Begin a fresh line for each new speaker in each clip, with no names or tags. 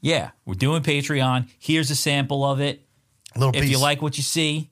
yeah, we're doing Patreon. Here's a sample of it.
Little
If
piece.
you like what you see,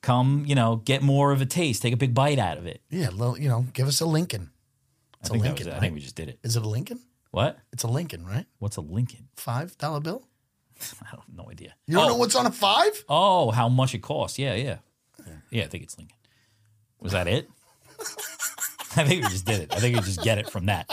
come, you know, get more of a taste. Take a big bite out of it.
yeah, little, you know, give us a Lincoln. It's
I
a
think, that
Lincoln.
was it. I
right?
think we just did it.
Is it a Lincoln?
What?
It's a Lincoln, right?
What's a Lincoln?
Five dollar bill.
I have no idea.
You don't
oh,
know what's on a five?
oh, how much it costs. Yeah, yeah. Yeah, I think it's Lincoln. Was that it? I think we just did it. I think we just get it from that.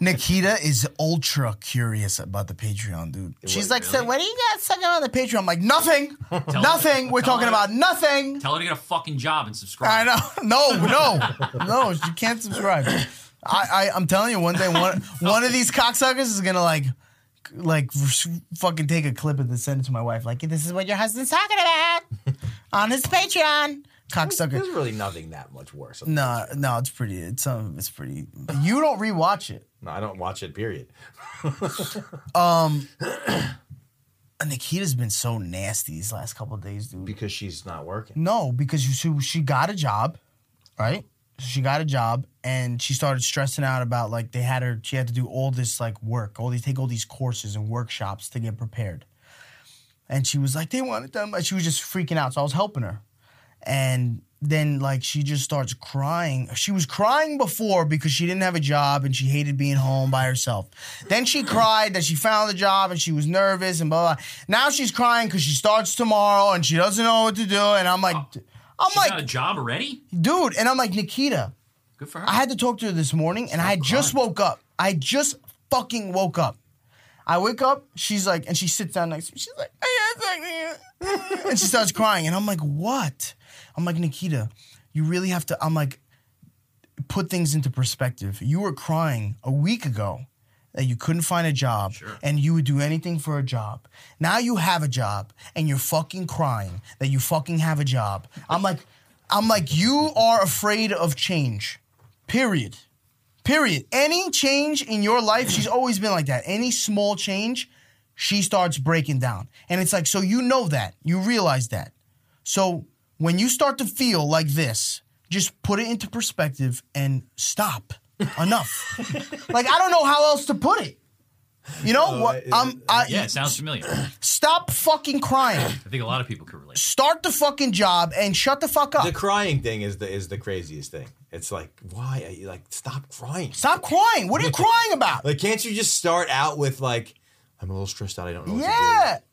Nikita is ultra curious about the Patreon, dude. She's like, "So what do you got sucking on the Patreon?" I'm like, "Nothing, nothing. We're talking about nothing."
Tell her to get a fucking job and subscribe.
I know. No, no, no. You can't subscribe. I, I I'm telling you, one day one one of these cocksuckers is gonna like like fucking take a clip of this send it to my wife. Like this is what your husband's talking about on his Patreon. Cocksucker.
There's really nothing that much worse.
No, no, it's pretty. It's um, it's pretty. You don't rewatch it.
No, I don't watch it. Period.
Um, Nikita's been so nasty these last couple of days, dude.
Because she's not working.
No, because she she got a job, right? She got a job and she started stressing out about like they had her. She had to do all this like work, all these take all these courses and workshops to get prepared. And she was like, they wanted them. and She was just freaking out. So I was helping her, and then like she just starts crying. She was crying before because she didn't have a job and she hated being home by herself. Then she cried that she found a job and she was nervous and blah blah. blah. Now she's crying because she starts tomorrow and she doesn't know what to do. And I'm like, I'm
She's got a
like,
job already?
dude, and I'm like Nikita.
Good for her.
I had to talk to her this morning, and I had just woke up. I just fucking woke up. I wake up. She's like, and she sits down next to me. She's like, "I got something." and she starts crying, and I'm like, what? I'm like Nikita, you really have to. I'm like, put things into perspective. You were crying a week ago that you couldn't find a job and you would do anything for a job. Now you have a job and you're fucking crying that you fucking have a job. I'm like, I'm like, you are afraid of change. Period. Period. Any change in your life, she's always been like that. Any small change, she starts breaking down. And it's like, so you know that. You realize that. So when you start to feel like this, just put it into perspective and stop. Enough. like I don't know how else to put it. You know what? I'm. I,
Uh, yeah, it sounds familiar. I
Stop fucking crying.
think a lot of people could relate.
Start the fucking job and shut the fuck up.
The crying thing is the is the craziest thing. It's like why? Are you, like stop crying.
stop crying. What are you crying about?
Like can't you just start out with like I'm a little stressed out. I don't know. What To
yeah.
do.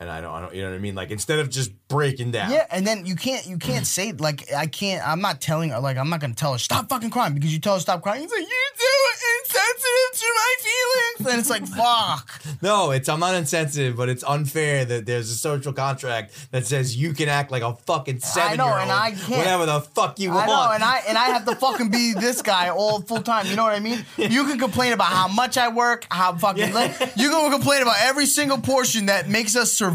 And I don't, I don't. You know what I mean? Like instead of just breaking down.
Yeah, and then you can't you can't say like I can't I'm not telling her like I'm not gonna tell her stop fucking crying because you tell her stop crying. It's like you're so insensitive to my feelings, and it's like fuck.
No, it's I'm not insensitive, but it's unfair that there's a social contract that says you can act like a fucking
I
seven
know,
year old.
and I can't.
Whatever the fuck you
I
want.
know, and I and I have to fucking be this guy all full time. You know what I mean? You can complain about how much I work, how fucking late. You can complain about every single portion that makes us survive.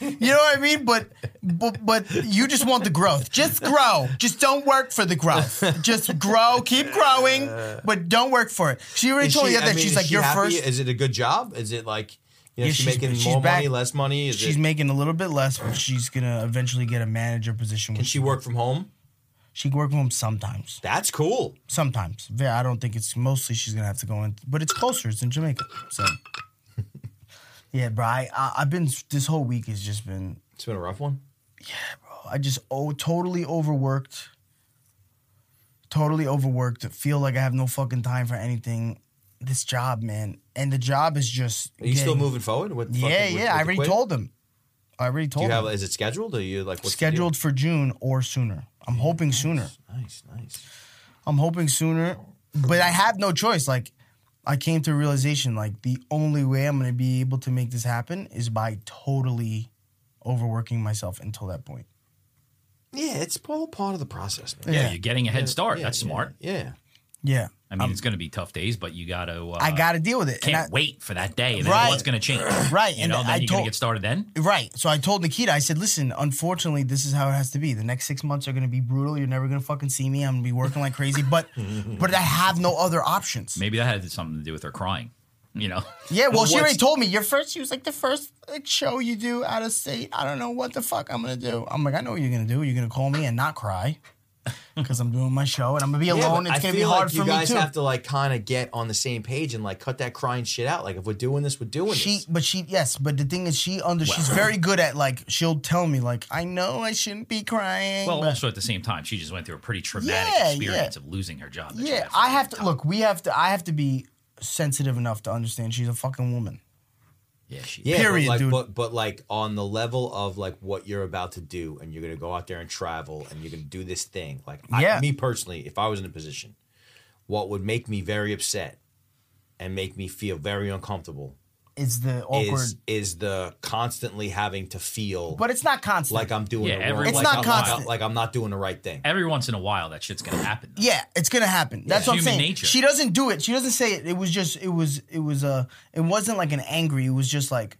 You know what I mean? But but but you just want the growth. Just grow. Just don't work for the growth. Just grow. Keep growing, but don't work for it. She already
Is
told
she-
you
I
that
mean,
she's
is
like
she
your
happy?
first.
Is it a good job? Is it like you know,
Yeah,
she's,
she's-
making
she's
more
back.
money, less money? Is
She's
it,
making a little bit less, but she's gonna eventually get a manager position.
can she work from home?
She can work from home sometimes.
That's cool.
Sometimes. Ve- I don't think it's mostly she's gonna have to go in, but it's closer. It's in Jamaica. So, yeah, bro. I, I I've been this whole week has just been
It's been a rough one.
I just oh totally overworked. Totally overworked. Feel like I have no fucking time for anything. This job, man, and the job is just.
Are you still
getting-
moving forward? With fucking-
Yeah,
with-
yeah.
with
I
the
already
quit?
told them. I already
Do
told
you have?
them.
Is it scheduled? Are you like what's the deal?
Scheduled for June or sooner. I'm hoping sooner.
Nice, nice.
I'm hoping sooner, but I have no choice. Like, I came to a realization like the only way I'm going to be able to make this happen is by totally overworking myself until that point.
Yeah, it's all part of the process. Man.
Yeah,
Yeah.
you're getting a head start. That's smart.
Yeah. yeah.
Yeah.
I mean, it's going to be tough days, but you got to. Uh,
I got to deal with it. and
Can't
I-
wait for that day. And
Right.
then what's going to change?
Right,
You
and
know, then
I
you're going
told-
to get started then.
Right. So I told Nikita, I said, listen, unfortunately, this is how it has to be. The next six months are going to be brutal. You're never going to fucking see me. I'm going to be working like crazy. But but I have no other options.
Maybe that had something to do with her crying. You know,
Yeah, well, she already
what's-
told me. Your first, she was like, the first like, show you do out of state. I don't know what the fuck I'm going to do. I'm like, I know what you're going to do. You're going to call me and not cry because I'm doing my show and I'm going to be
Yeah,
alone.
but
it's
I
going to be
feel
hard
like
for
you
me,
guys
too.
have to like kind of get on the same page and like cut that crying shit out. Like if we're doing this, we're doing
She,
this.
but she, yes, but the thing is, she under, she's very good at like, she'll tell me, like, I know I shouldn't be crying.
well,
but-
also at the same time, she just went through a pretty traumatic
Yeah,
experience
yeah.
of losing her job. that she
Yeah,
had for
I
a
have to
time.
look. We have to. I have to be sensitive enough to understand she's a fucking woman.
Yeah, she,
Yeah,
Period,
but like,
dude.
But, but like on the level of like what you're about to do, and you're gonna go out there and travel, and you're gonna do this thing. Like,
Yeah.
I, me personally, if I was in a position, what would make me very upset and make me feel very uncomfortable
It's the awkward,
is is the constantly having to feel
but it's not constant.
like I'm doing
Yeah,
the wrong-
everyone-
like
It's
not
I'm- like
constant.
I'm- like I'm not doing the right thing.
Every once in a while, that shit's going to happen. though.
yeah, it's gonna happen. That's what I'm
Human
saying.
nature.
She doesn't do it. She doesn't say it. It was just. It was. It was a. It wasn't like an angry. It was just like.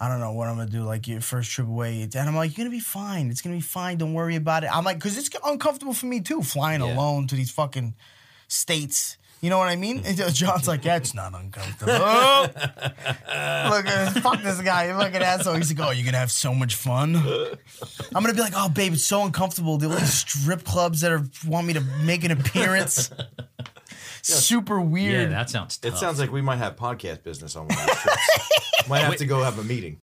I don't know what I'm gonna do. Like your first trip away, and I'm like, you're gonna be fine. It's gonna be fine. Don't worry about it. I'm like, cause it's uncomfortable for me too, flying
Yeah.
alone to these fucking states. You know what I mean? And John's like, yeah, it's not uncomfortable. Look, uh, fuck this guy. You're fucking asshole. He's like, oh, you're gonna have so much fun. I'm gonna be like, oh, babe, it's so uncomfortable. There are these strip clubs that are want me to make an appearance. Super
yeah,
weird.
that sounds. Tough.
It sounds like we might have podcast business on one of these trips. might have to go have a meeting.